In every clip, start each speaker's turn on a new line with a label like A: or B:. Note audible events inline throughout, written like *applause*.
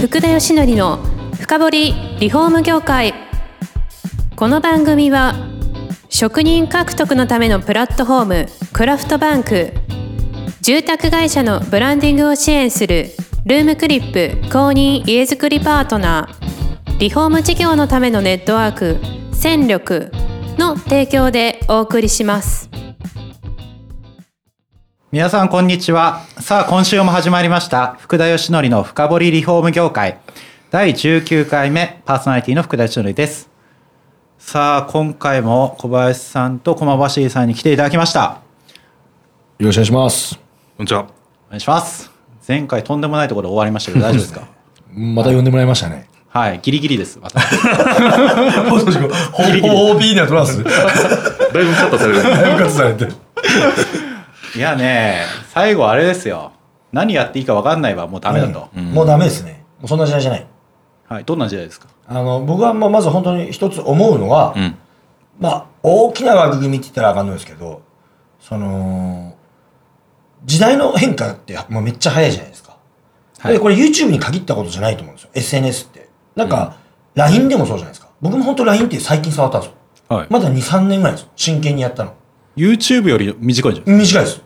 A: 福田義則の深掘りリフォーム業界この番組は職人獲得のためのプラットフォームクラフトバンク住宅会社のブランディングを支援するルームクリップ公認家づくりパートナーリフォーム事業のためのネットワーク戦力の提供でお送りします
B: 皆さんこんにちはさあ今週も始まりました福田義則の深掘りリフォーム業界第19回目パーソナリティの福田義則ですさあ今回も小林さんと駒橋さんに来ていただきました
C: よろしくお願いします。
D: こんにちは。
B: お願いします前回とんでもないところで終わりましたけど大丈夫です *laughs* か
C: また呼んでもらいましたね。
B: はいギリギリです私
C: 放送事故、ほぼ OB には取らず、
D: だいぶカットされる。
C: 復活されて。
B: いやね最後あれですよ何やっていいか分かんないはもうダメだと、
C: うんもうダメですね。もうそんな時代じゃない。
B: はいどんな時代ですか
C: あの、僕はもうまず本当に一つ思うのは、まあ、大きな枠組みって言ったらあかんのですけど、その、時代の変化ってもうめっちゃ早いじゃないですか。
B: はい
C: でこれ YouTube に限ったことじゃないと思うんですよ。SNS って。なんか、LINE でもそうじゃないですか。僕も本当 LINE って最近触ったんですよ。
B: はい
C: まだ2、3年ぐらいですよ。真剣にやったの。
B: YouTube より短いんじゃない
C: 短いです。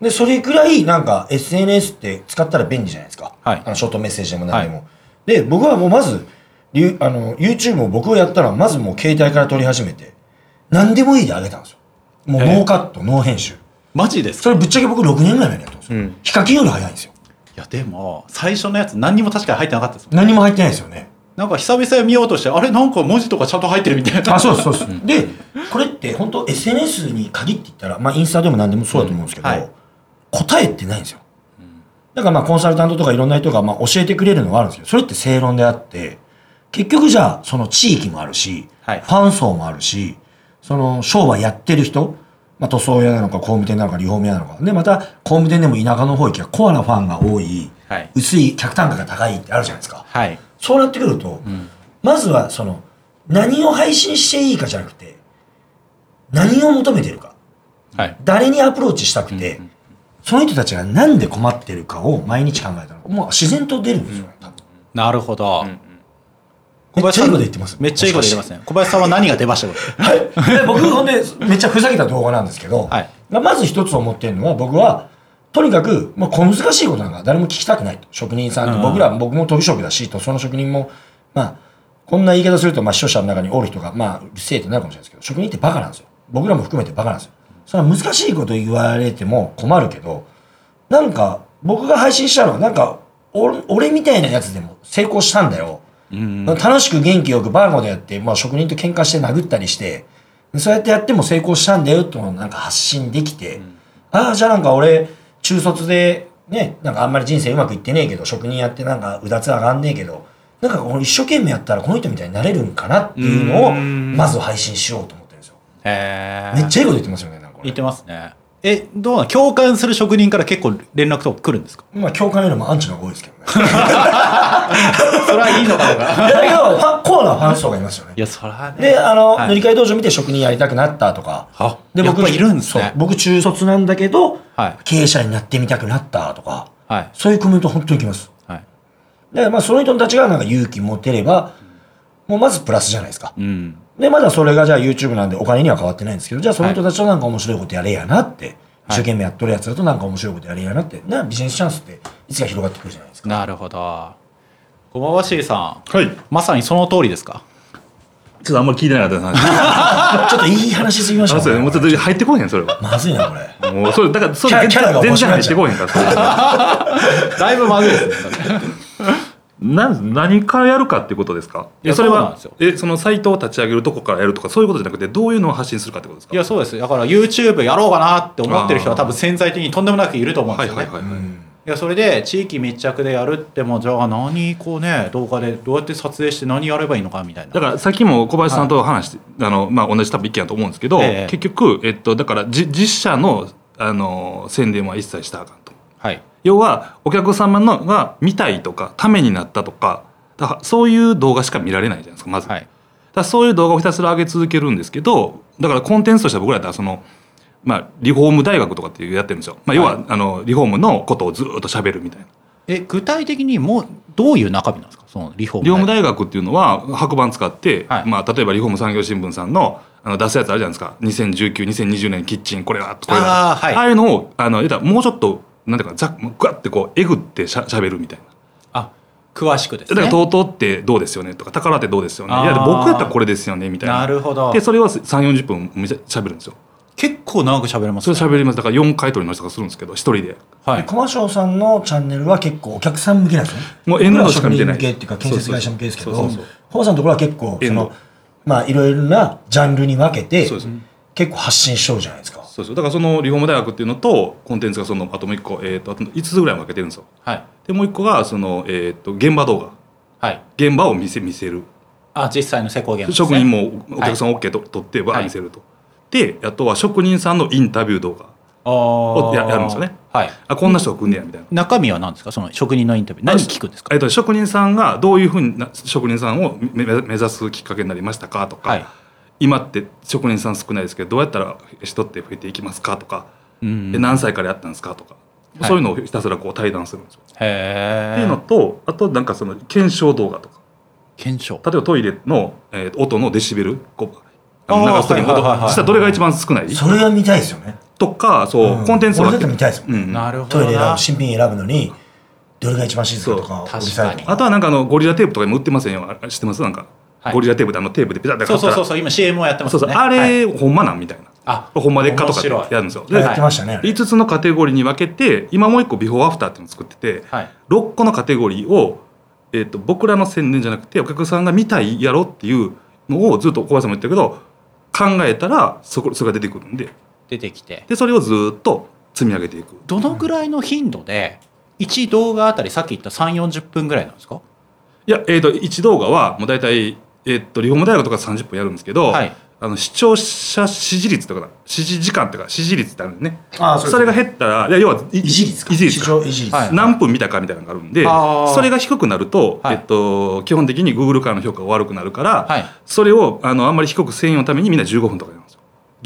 C: で、それくらい、なんか、SNS って使ったら便利じゃないですか。
B: はい
C: あの、ショートメッセージでも何でも。で、僕はもうまず、りゅあの、YouTube を僕がやったら、まずもう携帯から撮り始めて、何でもいいであげたんですよ。もう、
B: ええ
C: ノーカット、ノー編集。
B: マジですか
C: それぶっちゃけ僕6年ぐらい前にやったんですよ。ヒカキンより早いんですよ。
B: いやでも最初のやつ何にも確かに入ってなかったですもん
C: 何も入ってないですよね。
B: なんか久々に見ようとして、あれなんか文字とかちゃんと入ってるみたいな。
C: あ、そうです、そうです。で、これって本当 SNS に限って言ったら、まあインスタでも何でもそうだと思うんですけど、
B: うんはい
C: 答えってないんですよ。だからまあコンサルタントとかいろんな人がまあ教えてくれるのはあるんですけど、それって正論であって、結局じゃあその地域もあるし、
B: はい
C: ファン層もあるし、その商売やってる人、まあ塗装屋なのか工務店なのかリフォーム屋なのか、でまた工務店でも田舎の方行きはコアなファンが多い、
B: はい
C: 薄い客単価が高いってあるじゃないですか。
B: *laughs* はい。
C: そうなってくると、まずはその、何を配信していいかじゃなくて、何を求めてるか。
B: はい。
C: 誰にアプローチしたくて、その人たちがなんで困ってるかを毎日考えたら、もう自然と出るんですよ。多分
B: なるほど。
C: めっちゃいいこと言ってます。
B: めっちゃいいこと言ってますね。小林さんは何が出ましたか
C: はい。で僕、ほんで、めっちゃふざけた動画なんですけど、
B: はい
C: まあまず一つ思ってるのは、僕は、とにかく、まあ、小難しいことなんか誰も聞きたくないと。職人さんと、僕ら、僕も飛び職だし、と、その職人も、まあ、こんな言い方すると、まあ、視聴者の中におる人が、まあ、うるせえってなるかもしれないですけど、職人ってバカなんですよ。僕らも含めてバカなんですよ。それは難しいこと言われても困るけど、なんか、僕が配信したのは、なんか、俺俺みたいなやつでも成功したんだよ。楽しく元気よくバーゴでやって、まあ、職人と喧嘩して殴ったりして、そうやってやっても成功したんだよってのをなんか発信できて、ああ、じゃあなんか俺、中卒で、ね、なんかあんまり人生うまくいってねえけど、職人やってなんかうだつ上がんねえけど、なんか俺一生懸命やったらこの人みたいになれるんかなっていうのを、まず配信しようと思ってるんですよ。
B: え
C: めっちゃいいこと言ってますよね、なんか俺
B: 言ってますね。え、どうなの共感する職人から結構連絡とか来るんですか
C: まあ、共感よりもアンチの方が多いですけどね。 *laughs*
B: それはいいのかどうか。
C: だけど、ファンコアなファン層がいますよね
B: *laughs* い。や、それはね。
C: で、あの、
B: はい
C: 塗り替え道場見て職人やりたくなったとか。
B: あ
C: で、
B: やっぱいるんですね
C: そう僕中卒なんだけど、
B: はい
C: 経営者になってみたくなったとか、
B: はい。
C: そういうコメント本当に来ます。
B: はい。
C: だからまあその人たちがなんか勇気持てれば、もうまずプラスじゃないですか。
B: うん。
C: で、まだそれがじゃあ YouTube なんでお金には変わってないんですけど、じゃあその人たちとなんか面白いことやれやなって、一生懸命やっとるやつだとなんか面白いことやれやなって、なビジネスチャンスっていつか広がってくるじゃないですか。
B: なるほど。小林さん。
D: はい。ちょ
B: まさにその通りですか
D: っとあんまり聞いてなか
B: *laughs*
D: ったです話。
C: ちょっといい話すぎまし
D: あ
C: た
D: そう
C: ね。
D: もうちょっと入ってこうへん、それ
B: *laughs*
D: は。
C: まずいな、これ。
D: もう、それ、だから、それ、
C: キャキャラが
D: 全
C: 面白
D: 然
C: い
D: 入ってこうへんからそ
B: *laughs*
D: れは、
B: だいぶまずいですね。
D: な、何からやるかってことですか
B: いや
D: え、それ
B: そうなん
D: は
B: ですよ、
D: え、そのサイトを立ち上げるとこからやるとか、そういうことじゃなくて、どういうのを発信するかってことです
B: *laughs*
D: か
B: いや、そうです。だから YouTube やろうかなって思ってる人は多分潜在的にとんでもなくいると思うんで
D: は
B: す
D: い
B: よね。
D: はいはいはい。
B: いやそれで地域密着でやるってもじゃあ何こうね動画でどうやって撮影して何やればいいのかみたいな
D: だからさっきも小林さんと話して、あのまあ、同じ多分意見だと思うんですけど、
B: ええ
D: 結局、えっと、だからじ実社のあの宣伝は一切したらあかんと
B: はい
D: 要はお客様のが見たいとかためになったとかだからそういう動画しか見られないじゃないですかまず、
B: はい
D: だからそういう動画をひたすら上げ続けるんですけどだからコンテンツとしては僕らだったらその、まあ、リフォーム大学とかっていうやってるんですよ、まあ、要は、
B: は
D: あのリフォームのことをずっと喋るみたいな
B: え具体的にもうどういう中身なんですかそのリフォーム
D: 龍武大学っていうのは白板使って、
B: はい
D: まあ、例えばリフォーム産業新聞さんのあの出すやつあるじゃないですか20192020年キッチンこれはこれは
B: あーはい
D: あいうのをあの言うたらもうちょっとなんていうかざっぐわってこうえぐってしゃしゃべるみたいな。
B: あ詳しくです
D: だか
B: ね
D: ら「とうとうってどうですよね」とか「宝ってどうですよね」
B: あー
D: いや僕やったらこれですよねみたいな
B: なるほど
D: でそれは3 4 0分めちゃしゃべるんですよ
B: 結構長く喋れま
D: そ
B: す
D: れ
B: ね
D: 喋りますだから4回取り直しとかするんですけど一人で
B: は
C: で
B: い
C: コマーションさんのチャンネルは結構お客さん向けなんですよね。
D: もう N のしか見てない
C: 僕らは職人向けっていうか建設会社向けですけど、
D: そう
C: コ
D: そうそうそう
C: マさんのところは結構そ
D: N
C: の、まあいろいろなジャンルに分けて
D: そうですね、
C: 結構発信しようじゃないですか。
D: そうですよだからそのリフォーム大学っていうのとコンテンツがそのあともう1個、えー、とあと5つぐらい分けてるんですよ
B: はい
D: でもう1個がその、えー、と現場動画
B: はい
D: 現場を見せ見せる
B: あ実際の施工現場ですね
D: 職人もお客さん OK と、取ってわ
B: は
D: ー
B: い
D: 見せると、であとは職人さんのインタビュー動画
B: あ
D: を
B: ー
D: ややるんですよね
B: はい
D: あこんな人が来んねやみたいな
B: 中身は何ですかその職人のインタビュー何聞くんですか
D: えっと、職人さんがどういうふうにな職人さんをめめ目指すきっかけになりましたかとか、
B: はい
D: 今って職人さん少ないですけどどうやったら人って増えていきますかとか、
B: うん
D: で何歳からやったんですかとか、
B: はい
D: そういうのをひたすらこう対談するんですよ。
B: へ
D: っていうの
B: え
D: とあとなんかその検証動画とか
B: 検証
D: 例えばトイレの、えー音のデシベルこうあ
B: あー
D: の流す時の音、
B: はいはいはいはい
D: 実はどれが一番少ない
C: それが見たいですよね。
D: とかそう、
C: うん
D: コンテンツ
C: 俺だって見たいですもん
D: うん
B: なるほ
C: ト
B: ど
C: イレ選
B: な
C: ぶ、新品選ぶのに、どれが一番静かとか、
B: そう
C: うるさいと
B: 確か
D: あとはなんかあのゴリラテープとか今売ってませんよあれ知ってますなんか、
B: はい
D: ゴリラテープであのテープでピタッて貼
B: そうそう
D: ったら
B: そうそう今 CM をやってます
D: そう
B: ね
D: そう、あ
B: はい
D: れ、ほんまなんみたいな。
B: あ
D: ほんまでっかとかって
B: 面白い
D: やるんですよ。
C: や
D: で、
C: ってましたね。
D: 5つのカテゴリーに分けて、今もう1個ビフォーアフターっていうのを作ってて、
B: はい
D: 6個のカテゴリーを、えっと僕らの宣伝じゃなくて、お客さんが見たいやろっていうのをずっと小林さんも言ってるけど、考えたらそこそれが出てくるんで
B: 出てきて
D: でそれをずっと積み上げていく
B: どのぐらいの頻度で1動画あたりさっき言った3 4 0分ぐらいなんですか
D: いや、えっと1動画はもう大体、えっとリフォーム大学とか30分やるんですけど、
B: はい
D: あの視聴者支持率とか支持時間とか支持率ってあるんでね
C: ああ
D: それが減ったらいや要は
C: 維
D: 維
C: 持率か。
D: 維持率
C: 市
D: か
C: 場維持率。
B: はい
D: 何分見たかみたいなのがあるんで
B: あー
D: それが低くなると、
B: はい
D: えっと、基本的に Google からの評価が悪くなるから、
B: はい
D: それをあのあんまり低くせんようのためにみんな15分とかやるんですよ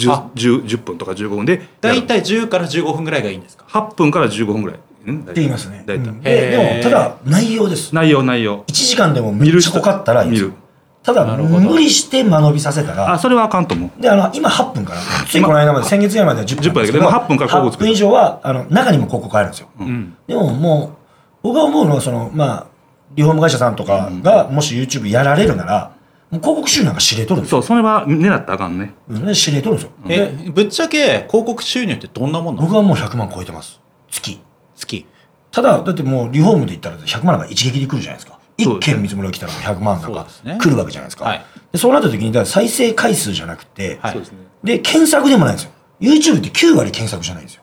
B: あ
D: 10, 10, 10分とか15分で
B: だいたい10から15分ぐらいがいいんですか
D: 8分から15分ぐらいうん
C: って言いますね。
D: 大体、
C: うん
B: へ
C: で
B: ー
C: でも、ただ、内容です。
D: 内容内容
C: 1時間でもめっちゃ濃かったらいいんですよ
D: 見る
C: た
B: な
C: だ、
B: るほど
C: 無理して間延びさせた
D: あ
C: ら、
D: それはあかんと思う
C: で、あの、今8分から、ついこの間まで、先月ぐらいまでは10分なんです
D: 10分だけどでも8分から広告
C: 8
D: 作る
C: 分以上は、あの、中にも広告あるんですよ。
B: うん
C: でももう、僕が思うのは、その、まあ、リフォーム会社さんとかが、もし YouTube やられるなら、もう広告収入なんか知れとるんですよ。
D: そうそれは狙ったらあかんね
C: うん知れとるんですよ。
B: えぶっちゃけ広告収入ってどんなもんなの
C: 僕はもう100万超えてます。月。
B: 月
C: ただ、だってもうリフォームで言ったら100万なんか一撃で来るじゃないですか。
D: そう
C: 一
D: ですね
C: 件見積もりが来たらもう100万なん
B: そう
C: か
B: ですね
C: 来るわけじゃないですか。
B: はい
C: でそうなった時に、だから再生回数じゃなくて、
B: はい
D: そうですね
C: で、検索でもないんですよ。YouTube って9割検索じゃないんですよ。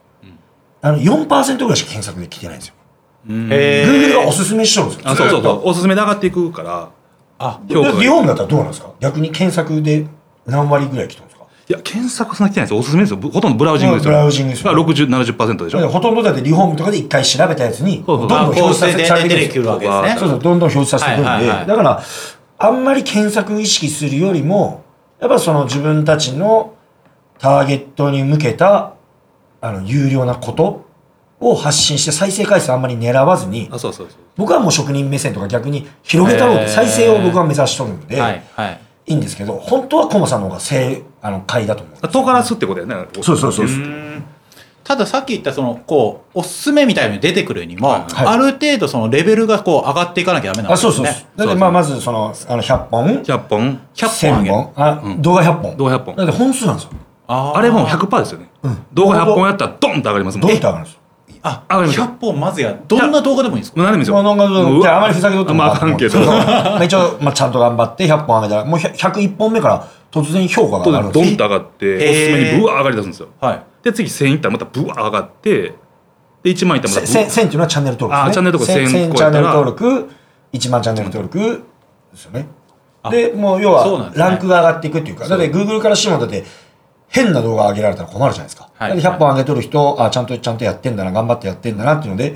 C: あの、4%ぐらいしか検索で来てないんですよ。
B: へ
C: Google が
B: ー
C: おすすめしとるんですよ。
D: あそうそう
C: ず
D: そ
C: っと
D: うおすすめで上がっていくから
B: あ
D: 評価が
C: でリフォームだったらどうなんですか逆に検索で何割ぐらい来てるんですか
D: いや検索そんな来てないですよおすすめですよぶほとんどブラウジングですよ
C: まあブラウジングですよ
D: が6070%でし
C: だから
D: ょ
C: ほとんどだってリフォームとかで一回調べたやつに、
D: そ
C: ど
D: うん
C: ど
D: そうん
B: あ
C: 表
B: 構
C: 示さ
B: 成
C: せ
B: で
C: され
B: 出
C: てる
B: て
C: んです
B: く
C: よ
B: るわけです
D: は
B: ね
D: い
C: そうそう、どんどん表示させてくるんで、
B: はいはいはい
C: だから、あんまり検索意識するよりも、やっぱその自分たちのターゲットに向けた、あの、有料なことを発信して、再生回数あんまり狙わずに
D: あ、そうそうそう
C: 僕はもう職人目線とか逆に広げたろうっ
B: へー
C: て、再生を僕は目指しとるんで、
B: はい
C: い、
B: はい
C: いんですけど、本当はコマさんの方が正、あの、買いだと思う。
D: あ唐辛子ってことやね
C: そうそうそう
D: です
B: たださっき言ったそのこうおすすめみたいに出てくるにも、
D: はい
B: ある程度そのレベルがこう上がっていかなきゃダメなん
C: あ、
B: です
C: そう
B: ね
C: そうそう。だって、まあ、まずその、あの、100本、
D: 100本
B: 100本上げ
C: 1000
B: る
C: 本、あ、動画100本。
D: 動画100本
C: だって本数なんですよ。
B: あー
D: あれもう100%ですよね、
C: うん
D: 動画100本やったらドンと上がりますも
C: ど
D: ん
C: うやって上がるんですか
B: あ
D: 上がりますよ
B: 100本まずやどんな動画でもいいんですか
D: もう何でもいいですよ
C: まあ、なんか
D: もううわ
C: じゃあ、あまりふざけとっても
D: まああかんけど
C: そのまあ一応、まあ、ちゃんと頑張って100本上げたら、もう100 101本目から突然評価が上がるん
D: ド
C: で
D: ン
C: すよ
D: と上がって、
B: えー
D: おすすめにブワー上がりだすんですよ
B: はい
D: で次1000いったらまたブワー上がってで1万いったらまた
C: せ
D: ブ
C: せ1000ってい
D: ワ
C: うのはチャンネル登録ですね。
D: あチャンネル登録1000
C: 1000チャンネル登録、1万チャンネル登録ですよね。で、もう要
B: そうなん
C: は
B: で、すね
C: ランクが上がっていくっていうか、だって Google からしても、だって、変な動画上げられたら困るじゃないですか。
B: はい
C: だって100本上げとる人、あ、ちゃんと、ちゃんとやってんだな、頑張ってやってんだなっていうので、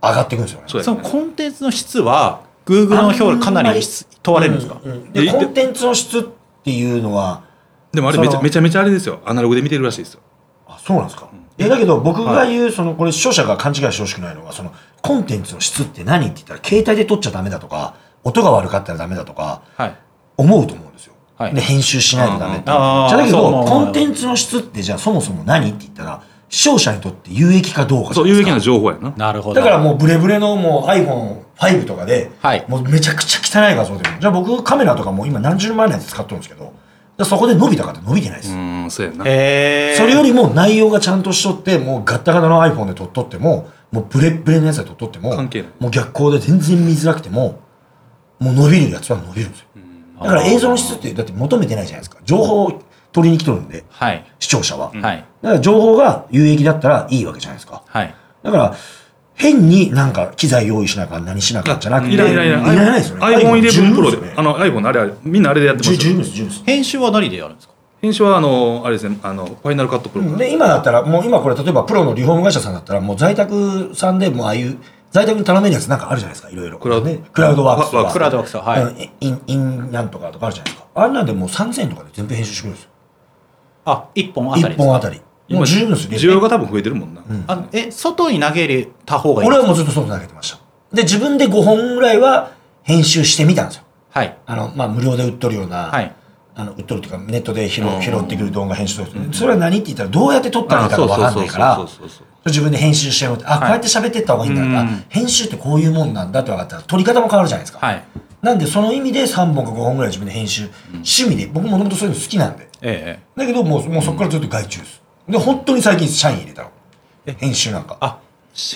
C: 上がっていくんですよね。
D: そうや
B: そのコンテンツの質は Google の評価かなり質問われるんですか、
C: うん
D: で
C: で、コンテンツの質っていうのは、
D: でもあれめち
C: そ
D: ゃ
C: の
D: めちゃめちゃあれですよアナログで見てるらしいですよ
C: あそうなんですか。えだけど僕が言う、そのこれ視聴者が勘違いしてほしくないのがそのコンテンツの質って何って言ったら携帯で撮っちゃダメだとか音が悪かったらダメだとか
B: はい。
C: 思うと思うんですよ、
B: はい
C: で編集しないとダメって、
B: うんあー
C: じゃあだけ
B: そう
C: ど
B: 思う
C: コンテンツの質ってじゃあそもそも何って言ったら視聴者にとって有益かどうかじゃ
D: そう
C: ない
D: 有
C: です
D: 益
C: か
D: な情報やな
B: なるほど。
C: だからもうブレブレのもう iPhone5 とかで、
B: はい
C: もうめちゃくちゃ汚い画像でもじゃあ僕カメラとかもう今何十万円のやつ使ってるんですけどでそこで伸びたかって伸びてないです、
D: うんそうやな
B: へえ。
C: それよりも内容がちゃんとしとってもうガッタガタの iPhone で撮っとってももうブレッブレのやつで撮っとっても
D: 関係ない
C: もう逆光で全然見づらくてももう伸びるやつは伸びるんですよだから映像の質ってだって求めてないじゃないですか情報を取りに来とるんで
B: はい。
C: 視聴者は、だか
B: はい。
C: ら情報が有益だったらいいわけじゃないですか
B: はい。
C: だから、変になんか機材用意しなあかん、何しなあかんじゃなくて、
D: いらんいらんいらん
C: いらないですよね。
D: iPhone11 Pro
C: 十分
D: で、
C: すよ
D: あ
C: ね
D: の iPhone のあれあれ、みんなあれでやってま
C: 十
D: す
C: 十
D: よ。
C: 分です、十分です。
B: 編集は何でやるんですか
D: 編集は、あの、あれですね、あの、ファイナルカットプロ。
C: で、今だったら、もう今これ、例えばプロのリフォーム会社さんだったら、もう在宅さんでもうああいう、在宅に頼めるやつなんかあるじゃないですか、いろいろ。
D: クラウド
C: ねクラウドワークスと
D: ワ
C: か。
B: クラウドワークスははい
C: うんイン、インなんとかとかあるじゃないですか。あんなんでもう3000円とかで全部編集してくれるんですよ。
B: あ、一本あたり
C: 1
B: です
C: 本
B: か。
C: あたり。もう十分ですよね。
D: 需要が多分増えてるもんな。
B: あのえ、外に投げた方がいい
C: 俺はもうずっと外投げてました。で、自分で5本ぐらいは編集してみたんですよ。
B: はい。
C: あの、まあ、無料で売っとるような、
B: はい
C: あの売っとるというかネットで拾拾ってくる動画編集とか、それは何って言ったらどうやって撮ったらいいかが分かんないから
D: そうそうそうそうそう
C: 自分で編集してようってあ、こうやって喋ってった方がいいんだとか、編集ってこういうもんなんだって分かったら撮り方も変わるじゃないですか、
B: はい。
C: なんでその意味で3本か5本ぐらい自分で編集、趣味で僕もともとそういうの好きなんで
B: ええ。
C: だけどもうもうそこからずっと外注ですで本当に最近社員入れたの編集なんか
B: あ、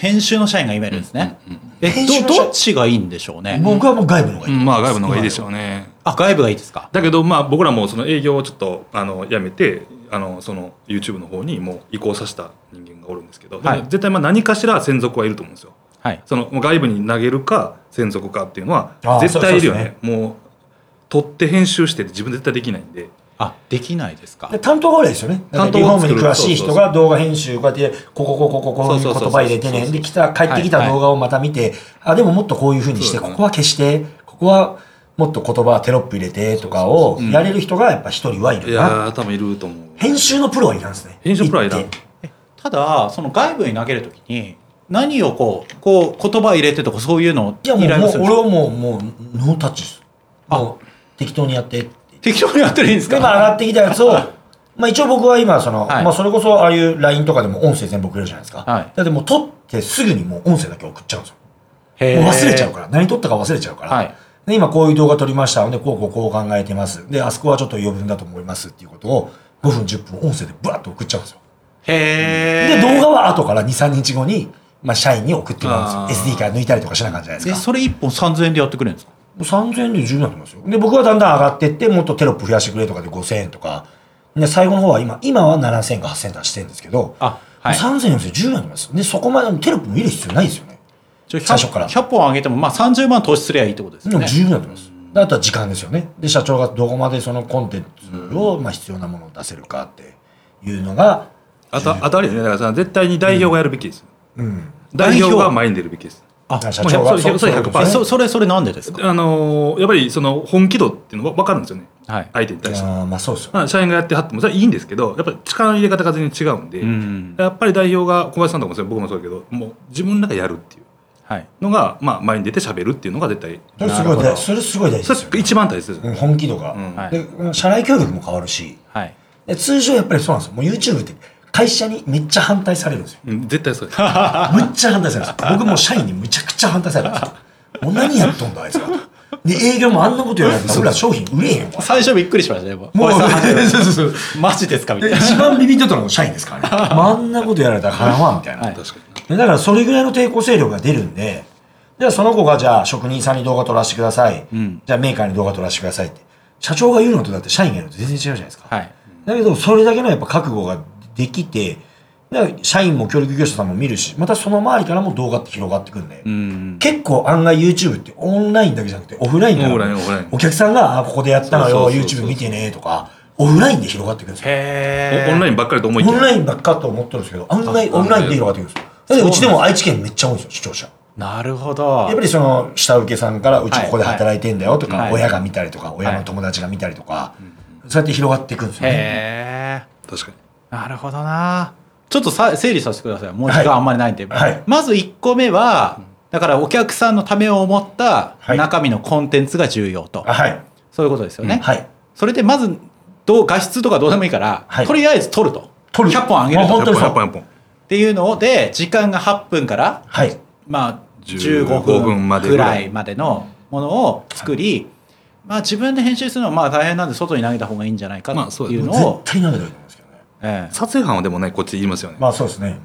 B: 編集の社員がいるんですね。え、
C: 編集の社
B: ど、
C: 員
B: どっちがいいんでしょうね。
C: 僕はもう外部の方が
D: う
C: いい、
D: んまあ、外部の方がいいでしょうね。
B: あ、外部がいいですか。
D: だけど、まあ、僕らもその営業をちょっと、あの、やめて、あの、その、YouTube の方にもう移行させた人間がおるんですけど、
B: はい
D: でも絶対、まあ、何かしら専属はいると思うんですよ。
B: はい。
D: その、もう外部に投げるか、専属かっていうのは
C: あー、
D: 絶対いるよ
C: そう
D: ね。もう、撮って編集して自分で絶対できないんで。
B: あ、できないですか
C: で。担当があれですよね。
D: 担
C: 担
D: 当
C: 当
D: を
C: ホー
D: 作
C: ム
D: る
C: に詳しい
D: そ
C: 人
D: うそう
C: が動画編集、こうやって、ここ、ここ、ここ、こういう
D: そう
C: 言
D: そうそう
C: 葉入れてね。で、来た、帰ってきた動画をまた見て、あ、でももっとこういうふうにして、
D: そう
C: こ
D: だね
C: こは消して、ここはもっと言葉、テロップ入れてとかをやれる人がやっぱ一人はい
D: い
C: るな。
D: やー、多分いると思う。
C: 編集のプロはいらんですね。
D: 編集プロはいらん
C: 一定
B: ただ、その外部に投げるときに、何をこう、こう、言葉入れてとかそういうのを
C: いや、も
B: 依頼も
C: う、
B: するん
C: も
B: です
C: う俺
B: か
C: はもう、もう、ノータッチです。もう、適当にやってって。
B: 適当にやってるいいんです
C: で、
B: か
C: まあ上がってきたやつを、まあ一応僕は今、その、
B: はい
C: まあそれこそああいう LINE とかでも音声全部送れるじゃないですか。
B: はい
C: だってもう撮ってすぐにもう音声だけ送っちゃうんですよ。
B: へー
C: もう忘れちゃうから。何撮ったか忘れちゃうから。
B: はい
C: で、今こういう動画撮りましたので、こうこうこう考えてます。で、あそこはちょっと余分だと思いますっていうことを、5分、10分音声でブワッと送っちゃうんですよ。
B: へ
C: で、
B: え。
C: 動画は後から2、3日後に、まあ社員に送ってもらうんです
D: あー
C: よ。SD から抜いたりとかしなあかんじゃないで
B: え、
C: すか。
B: それ一本3000円でやってくれるんですか
C: もう3000円で十分だと思いますよ。で、僕はだんだん上がってって、もっとテロップ増やしてくれとかで5000円とか。で、最後の方は今、今は7000円か8000円出してるんですけど、
B: あはい
C: もう3000円ですよ、10円だと思います。で、そこまでのテロップも入れる必要ないですよね。
B: じゃあ100
C: 最初から
B: 100本上げても、まあ30万投資すればいいってことです
C: で
B: よ
C: も
B: ね。
C: 十分だと思います。であとは時間ですよね。で、社長がどこまでそのコンテンツを、まあ、必要なものを出せるかっていうのが、
D: あと、あとあれですね、だからさ、絶対に代表がやるべきです。
C: うん。
D: 代表が前に出るべきです。
B: あ、
C: 社長が
D: もうそれそれ100%
B: えそ
C: そう
B: それ、それなんでですか
D: あのーやっぱりその本気度っていうのは分かるんですよね、
B: はい
D: 相手に対して。
C: あーまあ、そうですよ。
D: まあ社員がやってはってもそれはいいんですけどやっぱり力の入れ方が全然違うんで、
B: うん。
D: やっぱり代表が小林さんとかもそう僕もそうだけどもう自分らがやるっていう
B: はい。
D: のが、まあ、前に出て喋るっていうのが絶対
C: それすごい大事それすごい大事
D: そ
C: で
D: れ
C: すよね、
D: 一番大切です、
C: うん本気度が、
D: ん
B: はい
C: で。社内教育も変わるし、
B: はい。
C: で通常やっぱりそうなんですよ。もう YouTube って会社にめっちゃ反対されるんですよ。
D: うん絶対そうです
C: *laughs* むっちゃ反対されるんですよ。僕もう社員にむちゃくちゃ反対されるんですよ。もう何やっとんだあいつらと。で、営業もあんなことやられたら俺ら商品売れへんわ。
B: 最初びっくりしましたね。もう
C: もう、
B: 小林さん初めて *laughs*
C: そうそうそう。
B: マジですかみたい
C: で
B: な。
C: 一番ビビってたのが社員ですからね。まああんなことやられたらかなわんみたいな。
B: はい
D: 確かに
C: でだからそれぐらいの抵抗勢力が出るんで、じゃあその子がじゃあ職人さんに動画撮らせてください。じゃあメーカーに動画撮らせてくださいって。社長が言うのとだって社員が言うのと全然違うじゃないですか。
B: はい。
C: だけど、それだけのやっぱ覚悟ができて、だから社員も協力業者さんも見るし、またその周りからも動画って広がってくんで、
B: うん。
C: 結構案外 YouTube ってオンラインだけじゃなくてオフラインからも
D: オフラインオフライン
C: お客さんが、あ、ここでやったの
D: そう
C: よ、
D: そうそうそう
C: YouTube 見てね、とか、オフラインで広がってくるんですよ。
B: へー
D: おオンラインばっかりと思いき
C: オンラ
D: や
C: インばっかと思ってるんですけど、案外
D: あ
C: オンラインで広がってくるんですよ。だってうちでも愛知県めっちゃ多いんですよ、視聴者。
B: なるほど。
C: やっぱりその下請けさんからうち
B: はい
C: ここで働いてんだよとか、
B: はい
C: 親が見たりとか、親の友達が見たりとか、そうやって広がっていくんですよね。
B: へえ。
D: 確かに
B: なるほどな。ちょっとさ整理させてください。もう時間
C: はい
B: あんまりないんで。
C: はい
B: まず1個目は、だからお客さんのためを思った
C: はい
B: 中身のコンテンツが重要と。
C: あはい。
B: そういうことですよね。
C: はい。
B: それでまず、どう画質とかどうでもいいから、
C: はい
B: とりあえず撮ると。
C: 撮る
B: 100本あげる
C: もう
B: と。
C: 本当にそう
D: 100本100本
B: っていうので、時間が8分から、
C: はい。
B: まあ、15
D: 15
B: 分
D: 分まで
B: く
D: ぐらい
B: らいまでのものを作り、まあ自分で編集するのはまあ大変なんで外に投げた方がいいんじゃないか
D: まあ
B: って
D: そう
B: いう
D: です
B: の
D: ね
B: を
C: 絶、対投げたいと思いますけどね。
B: ええ
D: 撮影班はでもねこっち言いますよね、
C: まあそうですね。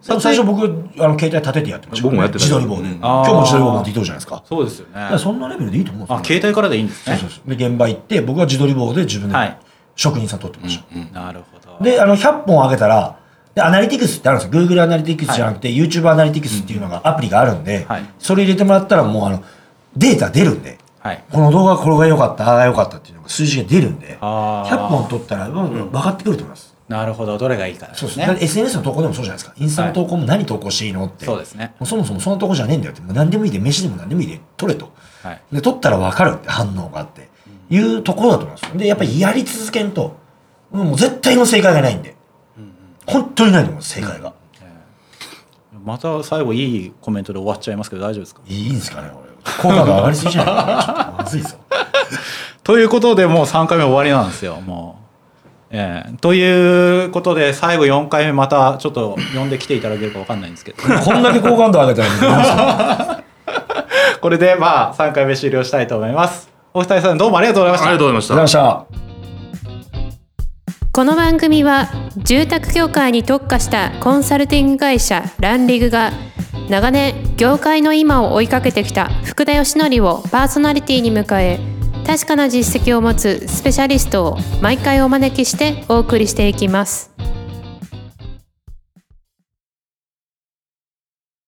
B: 撮
C: 最
B: 影
C: 初僕、あの、携帯立ててやってました、
D: 僕もやってた
C: 自撮り棒で。
D: うん
C: 今日も自撮り棒持って移動じゃないですか。
B: そうですよね
C: だからそんなレベルでいいと思うんですよ
B: あ携帯からでいいんです
C: そう
B: ね
C: そうそう。で、現場行って、僕は自撮り棒で自分で
B: はい
C: 職人さん撮ってました。
B: なるほど
C: で、あの、100本上げたら、で、アナリティクスってあるんですよ。Google アナリティクスじゃなくて、YouTube アナリティクスっていうのが、アプリがあるんで、
B: はい
C: それ入れてもらったら、もう、あの、データ出るんで、
B: はい
C: この動画これが良かった、ああが良かったっていうのが数字が出るんで、
B: あー
C: 100本撮ったら、うん、分かってくると思います。
B: なるほどどれがいいかで
C: そうですすね。だっ
B: ね
C: て SNS の投稿でもそうじゃないですか。インスタの投稿も何投稿していいのって。
B: そうですね
C: もうそもそもそのとこじゃねえんだよって、もう何でもいいで、飯でも何でもいいで、取れと。
B: はい
C: で、取ったら分かるって反応があって、いうところだと思いますよ。で、やっぱりやり続けんと、もう絶対の正解がないんで。本当にないと思います、正解が。
B: また最後いいコメントで終わっちゃいますけど大丈夫ですか
C: いいんですかね、これ。効果が上がりすぎじゃない *laughs* かな。ちょっとまずいぞ。
B: ということでもう3回目終わりなんですよもうええということで最後4回目またちょっと呼んできていただけるかわかんないんですけど
C: こんだけ好感度上げたらどうです *laughs* か、
B: これでまあ3回目終了したいと思いますお二人さんどうもありがとうございまし
D: あり
B: た
D: がとうございまし
C: ありがとうござい
D: た
C: ました。
A: この番組は住宅業界に特化したコンサルティング会社ランリグが長年業界の今を追いかけてきた福田義則をパーソナリティに迎え確かな実績を持つスペシャリストを毎回お招きしてお送りしていきます。